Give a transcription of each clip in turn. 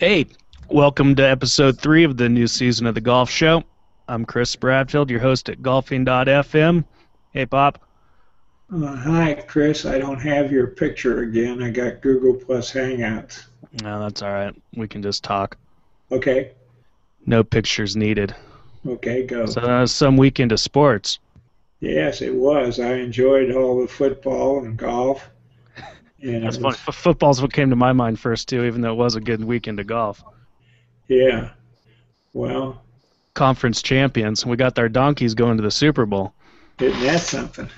Hey, welcome to episode three of the new season of the Golf Show. I'm Chris Bradfield, your host at golfing.fm. Hey, Pop. Uh, hi, Chris. I don't have your picture again. I got Google Plus Hangouts. No, that's all right. We can just talk. Okay. No pictures needed. Okay, go. So that was some weekend of sports. yes, it was. I enjoyed all the football and golf. And That's it funny. was- F- football's what came to my mind first too, even though it was a good weekend of golf. Yeah. Well, Conference champions. We got our donkeys going to the Super Bowl. isn't that something?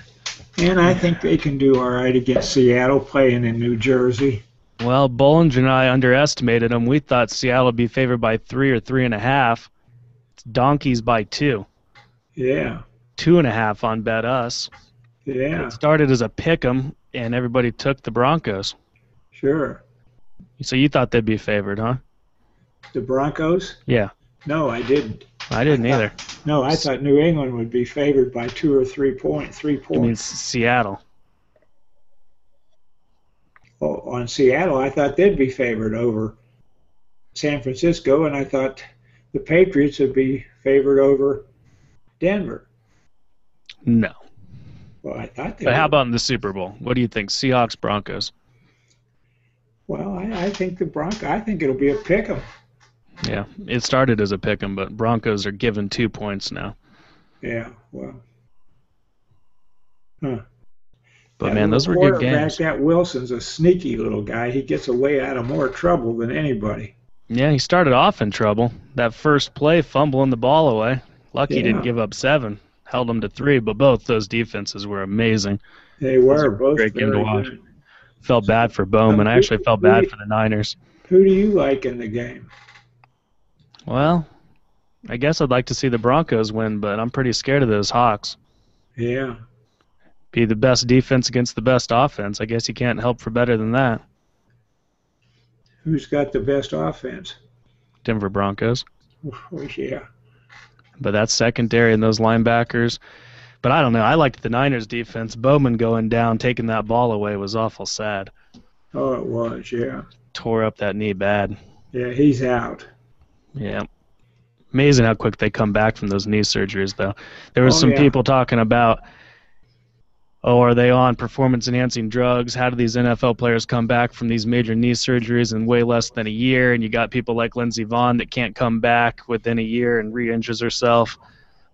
And I think they can do all right against Seattle playing in New Jersey. Well, Bollinger and I underestimated them. We thought Seattle would be favored by three or three and a half. It's donkeys by two. Yeah. Two and a half on Bet Us. Yeah. It started as a pick 'em, and everybody took the Broncos. Sure. So you thought they'd be favored, huh? The Broncos? Yeah, No, I didn't. I didn't either. No, I thought New England would be favored by two or three point, three I mean, points. S- Seattle. Oh, on Seattle, I thought they'd be favored over San Francisco, and I thought the Patriots would be favored over Denver. No. Well, I thought they. But were. how about in the Super Bowl? What do you think? Seahawks, Broncos. Well, I, I think the Bronco. I think it'll be a pick 'em. Yeah, it started as a pick 'em, but Broncos are given two points now. Yeah. Well. But that man, little those were good quarterback, games. That Wilson's a sneaky little guy. He gets away out of more trouble than anybody. Yeah, he started off in trouble. That first play, fumbling the ball away. Lucky he didn't Yeah. give up seven. Held them to three, but both those defenses were amazing. They were both great game to very watch. good. Felt bad for Bowman. I actually felt bad for the Niners. Who do you like in the game? Well, I guess I'd like to see the Broncos win, but I'm pretty scared of those Hawks. Yeah. Be the best defense against the best offense. I guess you can't help for better than that. Who's got the best offense? Denver Broncos. yeah. But that's secondary and those linebackers. But I don't know. I liked the Niners defense. Bowman going down, taking that ball away was awful sad. Oh, it was. Yeah. Tore up that knee bad. Yeah, he's out. Yeah. Amazing how quick they come back from those knee surgeries, though. There was Oh, some yeah. people talking about, oh, are they on performance enhancing drugs? How do these NFL players come back from these major knee surgeries in way less than a year? And you got people like Lindsey Vaughn that can't come back within a year and re injures herself.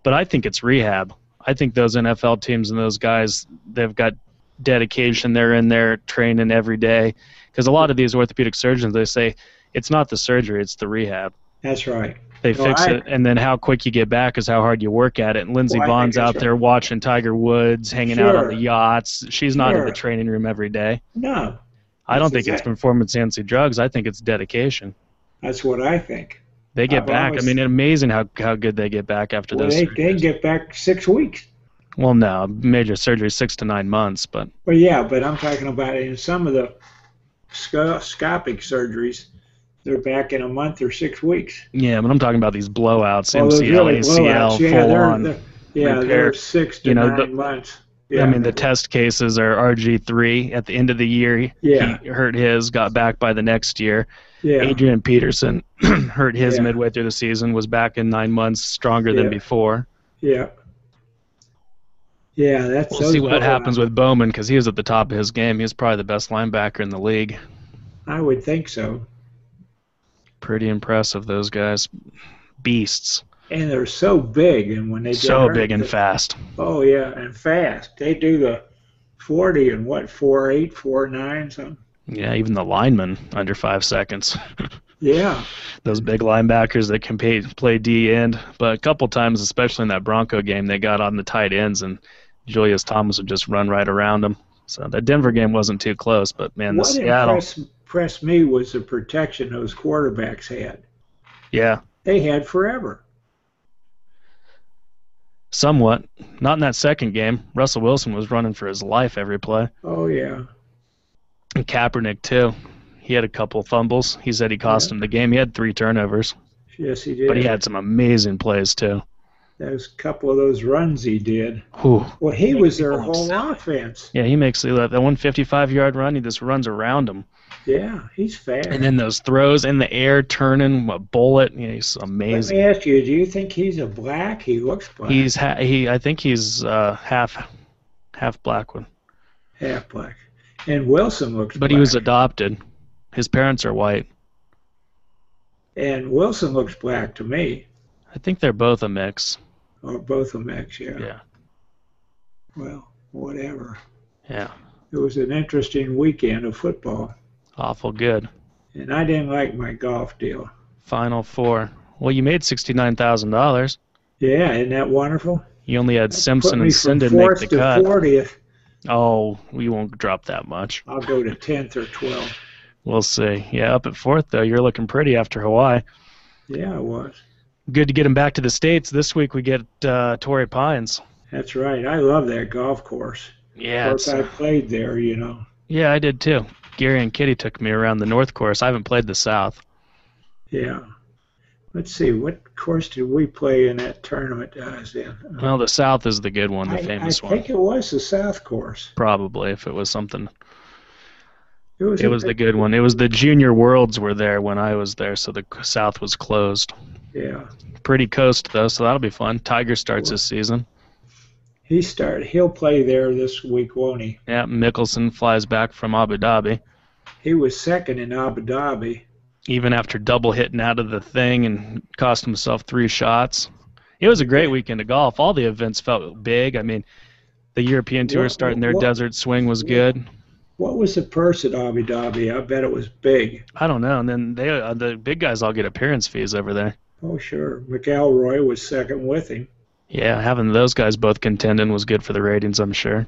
But I think it's rehab. I think those NFL teams and those guys, they've got dedication. They're in there training every day. Because a lot of these orthopedic surgeons, they say, it's not the surgery, it's the rehab. That's right. They No, fix I- it, and then how quick you get back is how hard you work at it. And Lindsey Well, I think Vaughn's that's out there watching Tiger Woods, hanging out on Sure. the yachts. She's not in the Sure. training room every day. No, I don't That's think it's exact- performance enhancing drugs. I think it's dedication. that's what I think. They get I've back. always- I mean, it's amazing how, how good they get back after Well, those. they, they surgeries. get back six weeks. well, no, major surgery six to nine months, but Well, yeah, but I'm talking about in some of the sco- scopic surgeries, they're back in a month or six weeks. yeah. But I'm talking about these blowouts, Well, those MCL, really ACL, blowouts, yeah, full they're, on. they're- yeah, repair. they're six to You know, nine the- months. Yeah. I mean, the test cases are RG3 at the end of the year. Yeah. He hurt his, got back by the next year. yeah, Adrian Peterson hurt his Yeah. midway through the season, was back in nine months, stronger than Yeah. before. yeah, yeah. That's We'll those see what blowouts. happens with Bowman because he was at the top of his game. He was probably the best linebacker in the league. I would think so. Pretty impressive, those guys. Beasts. And they're so big, and when they get So hurt, big and they- fast. Oh yeah, and fast. They do the forty and what four eight, four nine, something. Yeah, even the linemen under five seconds. Yeah, Those big linebackers that can pay, play D end. But a couple times, especially in that Bronco game, they got on the tight ends, and Julius Thomas would just run right around them. So that Denver game wasn't too close, but man, the what Seattle. impressed, impressed me was the protection those quarterbacks had. Yeah. They had forever. Somewhat. Not in that second game. Russell Wilson was running for his life every play. Oh yeah, And Kaepernick too. He had a couple fumbles. He said he cost him the game. He had three turnovers, yes he did. but he had some amazing plays too. those couple of those runs he did. Whew. Well, he Make was their people whole upset. offense. Yeah, he makes that 155 yard run. He just runs around him, Yeah, he's fast. and then those throws in the air, turning a bullet. You know, he's Let amazing. me ask you: Do you think he's a black? He looks black, He's ha- he. I think he's uh, half half black one, half black, and Wilson looks. but black. he was adopted. His parents are white. and Wilson looks black to me, I think they're both a mix. or both of them. actually. Yeah, Well, whatever. yeah. It was an interesting weekend of football, Awful good. and I didn't like my golf deal. Final four. Well, you made sixty-nine thousand dollars. Yeah, isn't that wonderful? You only had Put Simpson me and from Sinden fourth make the to cut. fortieth. Oh, we won't drop that much. I'll go to tenth or twelfth. We'll see. Yeah, up at fourth though. You're looking pretty after Hawaii. Yeah, I was. Good to get him back to the states. This week we get uh, Torrey Pines. That's right. I love that golf course. Yeah, of course, it's- I played there. You know. yeah, I did too. Gary and Kitty took me around the North Course. I haven't played the South. Yeah. Let's see. What course did we play in that tournament I was in? Well, the South is the good one, the I, famous I one, think it was the South Course. probably. If it was something, was, it was the good one. It was the Junior Worlds were there when I was there, so the South was closed. Yeah. Pretty coast though, so that'll be fun. Tiger starts this season. He start. He'll play there this week, won't he? Yeah, Mickelson flies back from Abu Dhabi. He was second in Abu Dhabi. even after double hitting out of the thing and cost himself three shots. It was a great weekend of golf. All the events felt big. I mean, the European Tour What- starting their what- desert swing was good. What was the purse at Abu Dhabi? I bet it was big. I don't know. And then they uh, the big guys all get appearance fees over there. Oh sure. McElroy was second with him. Yeah, having those guys both contending was good for the ratings, I'm sure.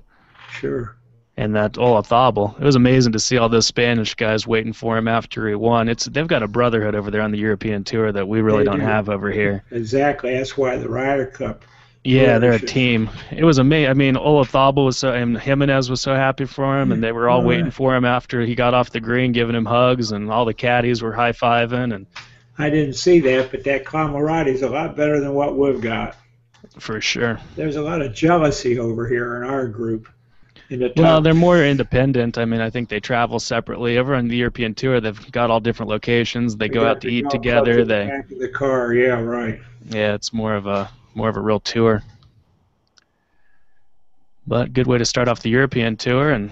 Sure. And that Olaf Thobel. It was amazing to see all those Spanish guys waiting for him after he won. It's they've got a brotherhood over there on the European Tour that we really They don't do. have over here. Exactly. That's why the Ryder Cup. Yeah, they're a Coalition. team. It was amazing. I mean, Olafable was so, and Jimenez was so happy for him, and they were all All waiting right. for him after he got off the green, giving him hugs, and all the caddies were high fiving, and I didn't see that, but that camarade's a lot better than what we've got. for sure. There's a lot of jealousy over here in our group. In the top, Well, they're more independent. I mean, I think they travel separately. Over on the European tour, they've got all different locations. They they go got out to the eat golf together. clubs in the They back of the car, yeah, right. yeah, it's more of a more of a real tour. But good way to start off the European tour, and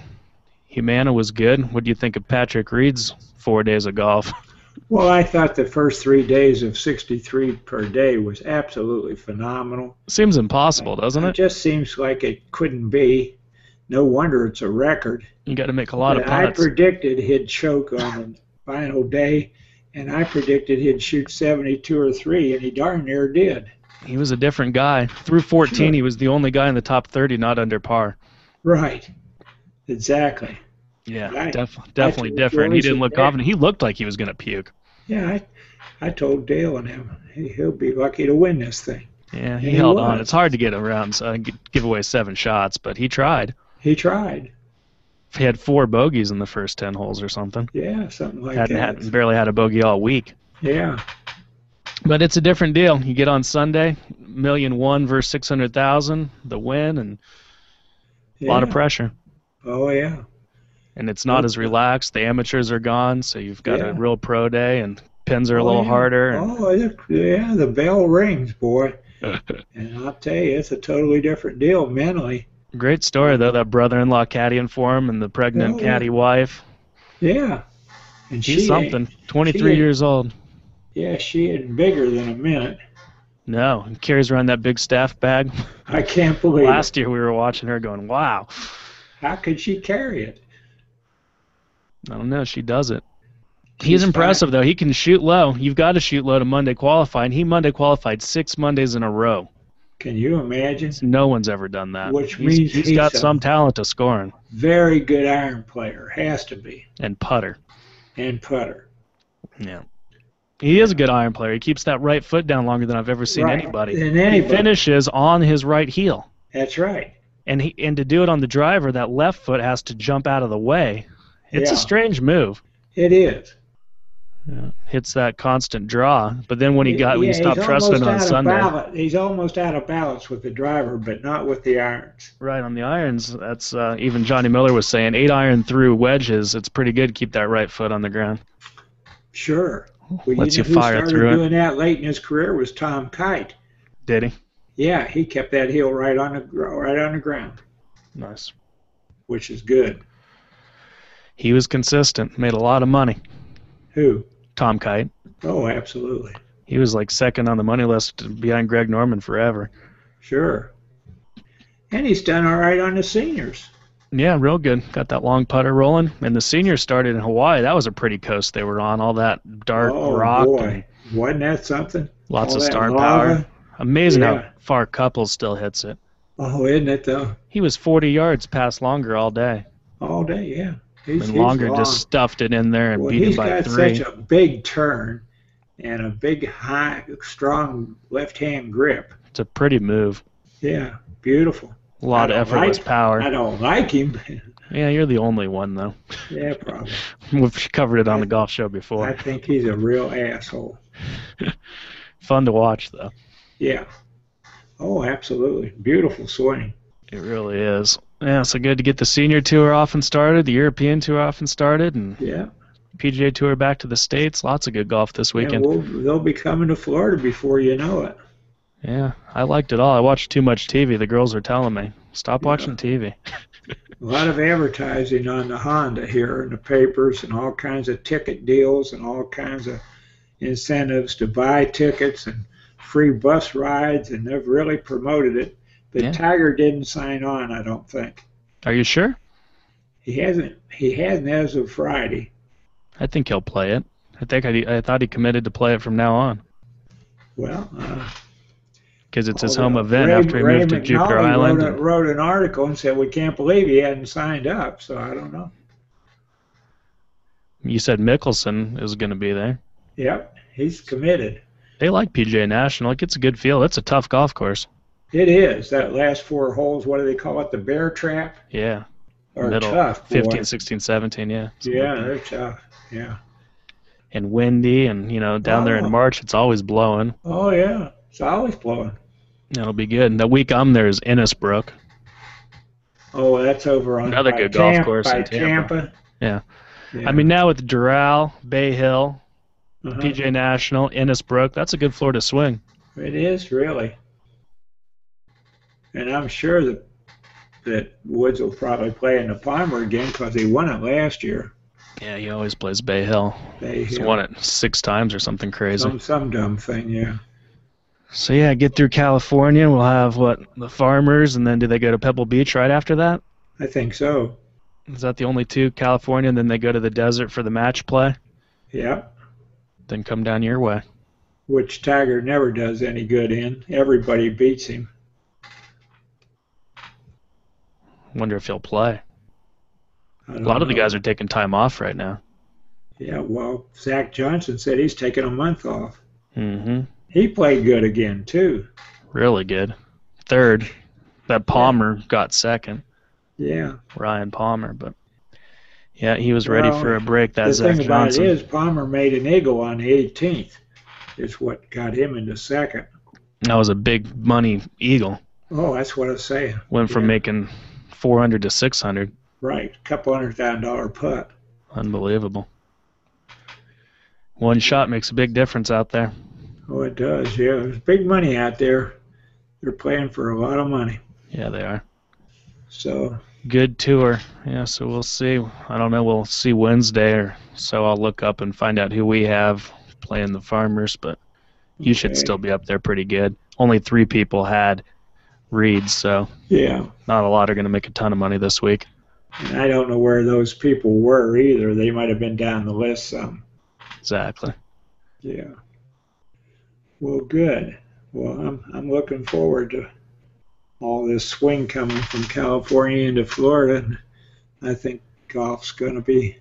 Humana was good. What do you think of Patrick Reed's four days of golf? Well, I thought the first three days of 63 per day was absolutely phenomenal. Seems impossible, doesn't It it? just seems like it couldn't be. No wonder it's a record. You got to make a lot of But I putts. predicted he'd choke on the final day, and I predicted he'd shoot 72 or three, and he darn near did. he was a different guy. Through 14, Sure. he was the only guy in the top 30 not under par. Right. Exactly. Yeah, Right. def- definitely what different. He Joyce didn't is look there. confident. He looked like he was going to puke. Yeah, I, I told Dale and him he, he'll be lucky to win this thing. Yeah, he, he held was. on. It's hard to get around, so I g- give away seven shots, but he tried. He tried. He had four bogeys in the first 10 holes or something. Yeah, something like Hadn't that. had, barely had a bogey all week. Yeah, But it's a different deal. You get on Sunday, million one versus 600,000, the win, and a yeah. lot of pressure. Oh yeah, and it's not as relaxed. The amateurs are gone, so you've got a Yeah. real pro day, and pins are a Oh, little yeah. harder. and- Oh it- yeah, the bell rings, boy. and I'll tell you, it's a totally different deal mentally. Great story though, that brother-in-law caddy and for him, and the pregnant Oh, yeah. caddy wife. Yeah, and She's she ain't- something. 23 ain't- years old. Yeah, she ain't bigger than a minute. No, and carries around that big staff bag. I can't believe. it. Last year we were watching her going, "Wow." How could she carry it? I don't know. She does it. She's He's impressive though. He can shoot low. You've got to shoot low to Monday qualify, and he Monday qualified six Mondays in a row. Can you imagine? No one's ever done that. Which He's- means he's he's got a- some talent to scoring Very good iron player, has to be, and putter. and putter. Yeah. He is a good iron player. He keeps that right foot down longer than I've ever seen Right. anybody. And He anybody. finishes on his right heel. That's right. And he and to do it on the driver, that left foot has to jump out of the way. It's a Yeah. strange move. It is. hits that constant draw. But then when he got when he Yeah, stopped he's trusting almost on out of Sunday, ballot- He's almost out of balance with the driver, but not with the irons. right on the irons, that's uh, even Johnny Miller was saying eight iron through wedges. It's pretty good. to Keep that right foot on the ground. Sure. Well, Lets you you know who fire started through it. doing that late in his career was Tom Kite. Did he? Yeah, he kept that heel right on the gr- right on the ground, Nice. which is good. He was consistent. Made a lot of money. Who? Tom Kite. Oh, absolutely. He was like second on the money list behind Greg Norman forever. Sure. And he's done all right on the seniors. Yeah, real good. Got that long putter rolling. And the seniors started in Hawaii. That was a pretty coast they were on. All that dark oh rock and boy, wasn't that something? lots All of that star lava. power. Amazing Yeah. how far couples still hits it. Oh, isn't it though? He was 40 yards past longer all day. All day, yeah. He's, And he's longer long. just stuffed it in there and well, beat him he's by got three. such a big turn and a big, high, strong left-hand grip. it's a pretty move. Yeah, beautiful. A lot I of don't effortless like- power. I don't like him. Yeah, you're the only one though. yeah, probably. We've covered it on I- the golf show I before. think he's a real asshole. Fun to watch though. Yeah. Oh, absolutely. Beautiful swing. It really is. Yeah, so good to get the senior tour off and started, the European tour off and started, and Yeah. PGA tour back to the states. Lots of good golf this And weekend. we'll, they'll be coming to Florida before you know it. Yeah, I liked it all. I watched too much TV. The girls are telling me stop Yeah. watching TV. A lot of advertising on the Honda here in the papers and all kinds of ticket deals and all kinds of incentives to buy tickets and free bus rides, and they've really promoted it. But Yeah. Tiger didn't sign on, I don't think. Are you sure? He hasn't. He hasn't as of Friday. I think he'll play it. I think I, I thought he committed to play it from now on Well, uh, because it's his Although home event Oh, Ray- after he Ray moved to McNally Jupiter wrote Island. a- Wrote, an article and said we can't believe he hadn't signed up. So I don't know. You said Mickelson is going to be there. Yep, he's committed. They like PGA National. It gets a good field. It's a tough golf course. It is that last four holes. What do they call it? The bear trap Yeah, or middle tough? boy. 15, 16, 17. Yeah. Something like Yeah, that. they're tough. Yeah. and windy and you know down there Oh. in March it's always blowing. Oh yeah, it's always blowing. It'll be good. And the week I'm there is Innisbrook. Oh, that's over on Another by good golf Tampa- course in by Tampa. Tampa. Yeah. Yeah. I mean now with Doral, Bay Hill, Uh-huh. PJ National, Innisbrook, that's a good floor to swing. It is really. And I'm sure that that Woods will probably play in the Palmer again because he won it last year. Yeah, he always plays Bay Hill. They He's hit won it six times or something crazy. some some dumb thing, yeah. so yeah, get through California. We'll have what the Farmers, and then do they go to Pebble Beach right after that? I think so. Is that the only two? California, and then they go to the desert for the match play. Yeah, Then come down your way. which Tiger never does any good in. Everybody beats him. Wonder if he'll play. A lot of the Mm-hmm. guys are taking time off right now. Yeah, well, Zach Johnson said he's taking a month off. Mm-hmm. He played good again too. really good. Third, that Palmer got second, Yeah. Ryan Palmer, but yeah, he was ready Well, for a break. That the Zach thing about Johnson. it is, Palmer made an eagle on the 18th. It's what got him into second. that was a big money eagle. Oh, that's what I was saying. Went from Yeah. making 400 to 600. Right, couple hundred thousand dollar putt. Unbelievable. One shot makes a big difference out there. Oh, it does. Yeah, there's big money out there. They're playing for a lot of money. Yeah, they are. So Good tour. Yeah, so we'll see. I don't know. We'll see Wednesday or so. I'll look up and find out who we have playing the Farmers, but you should Okay. still be up there pretty good. Only three people had reads, so yeah, not a lot are going to make a ton of money this week. and I don't know where those people were either. They might have been down the list some. Exactly. Yeah. Well, good. Well, I'm I'm looking forward to all this swing coming from California into Florida. And I think golf's going to be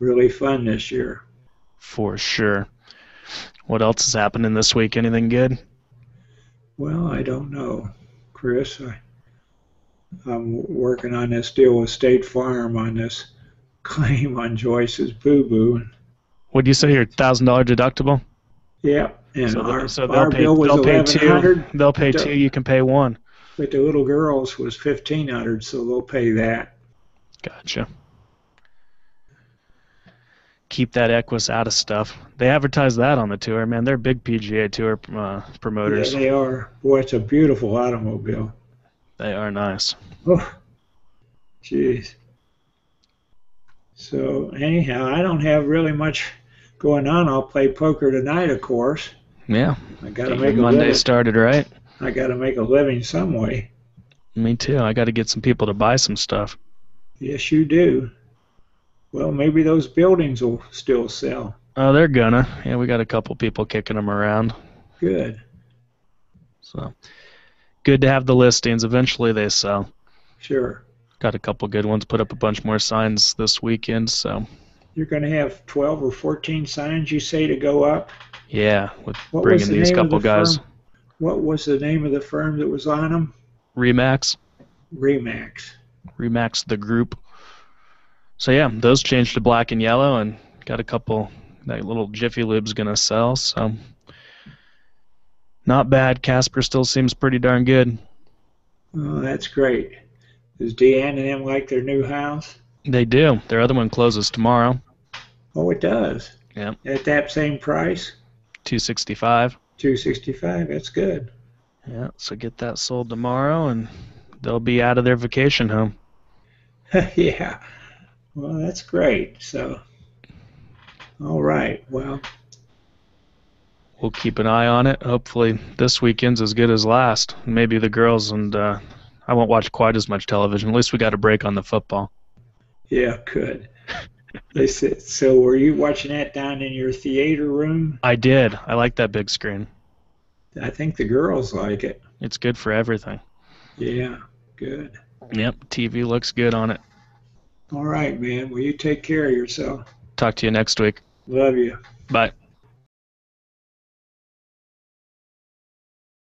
really fun this year. For sure. What else is happening this week? Anything good? Well, I don't know, Chris. I, I'm working on this deal with State Farm on this claim on Joyce's boo boo, and Would you say your thousand dollar deductible? Yep. And so, the- our, so they'll our pay. bill was They'll pay two. 1100 They'll pay Don't- two. You can pay one. but the little girls was 1500 so they'll pay that. Gotcha. Keep that Equus out of stuff. They advertise that on the tour, man. They're big PGA Tour uh, Yeah, promoters. they are. Boy, it's a beautiful automobile. They are nice. Oh, jeez. So anyhow, I don't have really much going on. I'll play poker tonight, of course. Yeah. I gotta Get your make a Monday living. started right. I gotta make a living some way. Me too. I got to get some people to buy some stuff. Yes, you do. Well, maybe those buildings will still sell. Oh, they're gonna. Yeah, we got a couple people kicking them around. Good. So good to have the listings. Eventually they sell. Sure. Got a couple good ones. Put up a bunch more signs this weekend. So You're gonna have 12 or 14 signs you say to go up. yeah, with What was bringing the these name of couple the guys. firm? What was the name of the firm that was on them? Remax. Remax. Remax the group. So yeah, those changed to black and yellow, and got a couple. That little Jiffy Lube's gonna sell, so not bad. Casper still seems pretty darn good. Oh, that's great. Does Deanne and them like their new house? They do. Their other one closes tomorrow, Oh, it does. Yeah. At that same price, 265. 265. That's good. Yeah, so get that sold tomorrow, and they'll be out of their vacation home. yeah. Well, that's great. So, all right. Well, We'll keep an eye on it. Hopefully, this weekend's as good as last. Maybe the girls and uh, I won't watch quite as much television. At least we got a break on the football. yeah, good. They said. So, were you watching that down in your theater room? I did. I like that big screen. I think the girls like it. It's good for everything. Yeah. Good. Yep, TV looks good on it. All right, man. Well, you take care of yourself. Talk to you next week. Love you. Bye.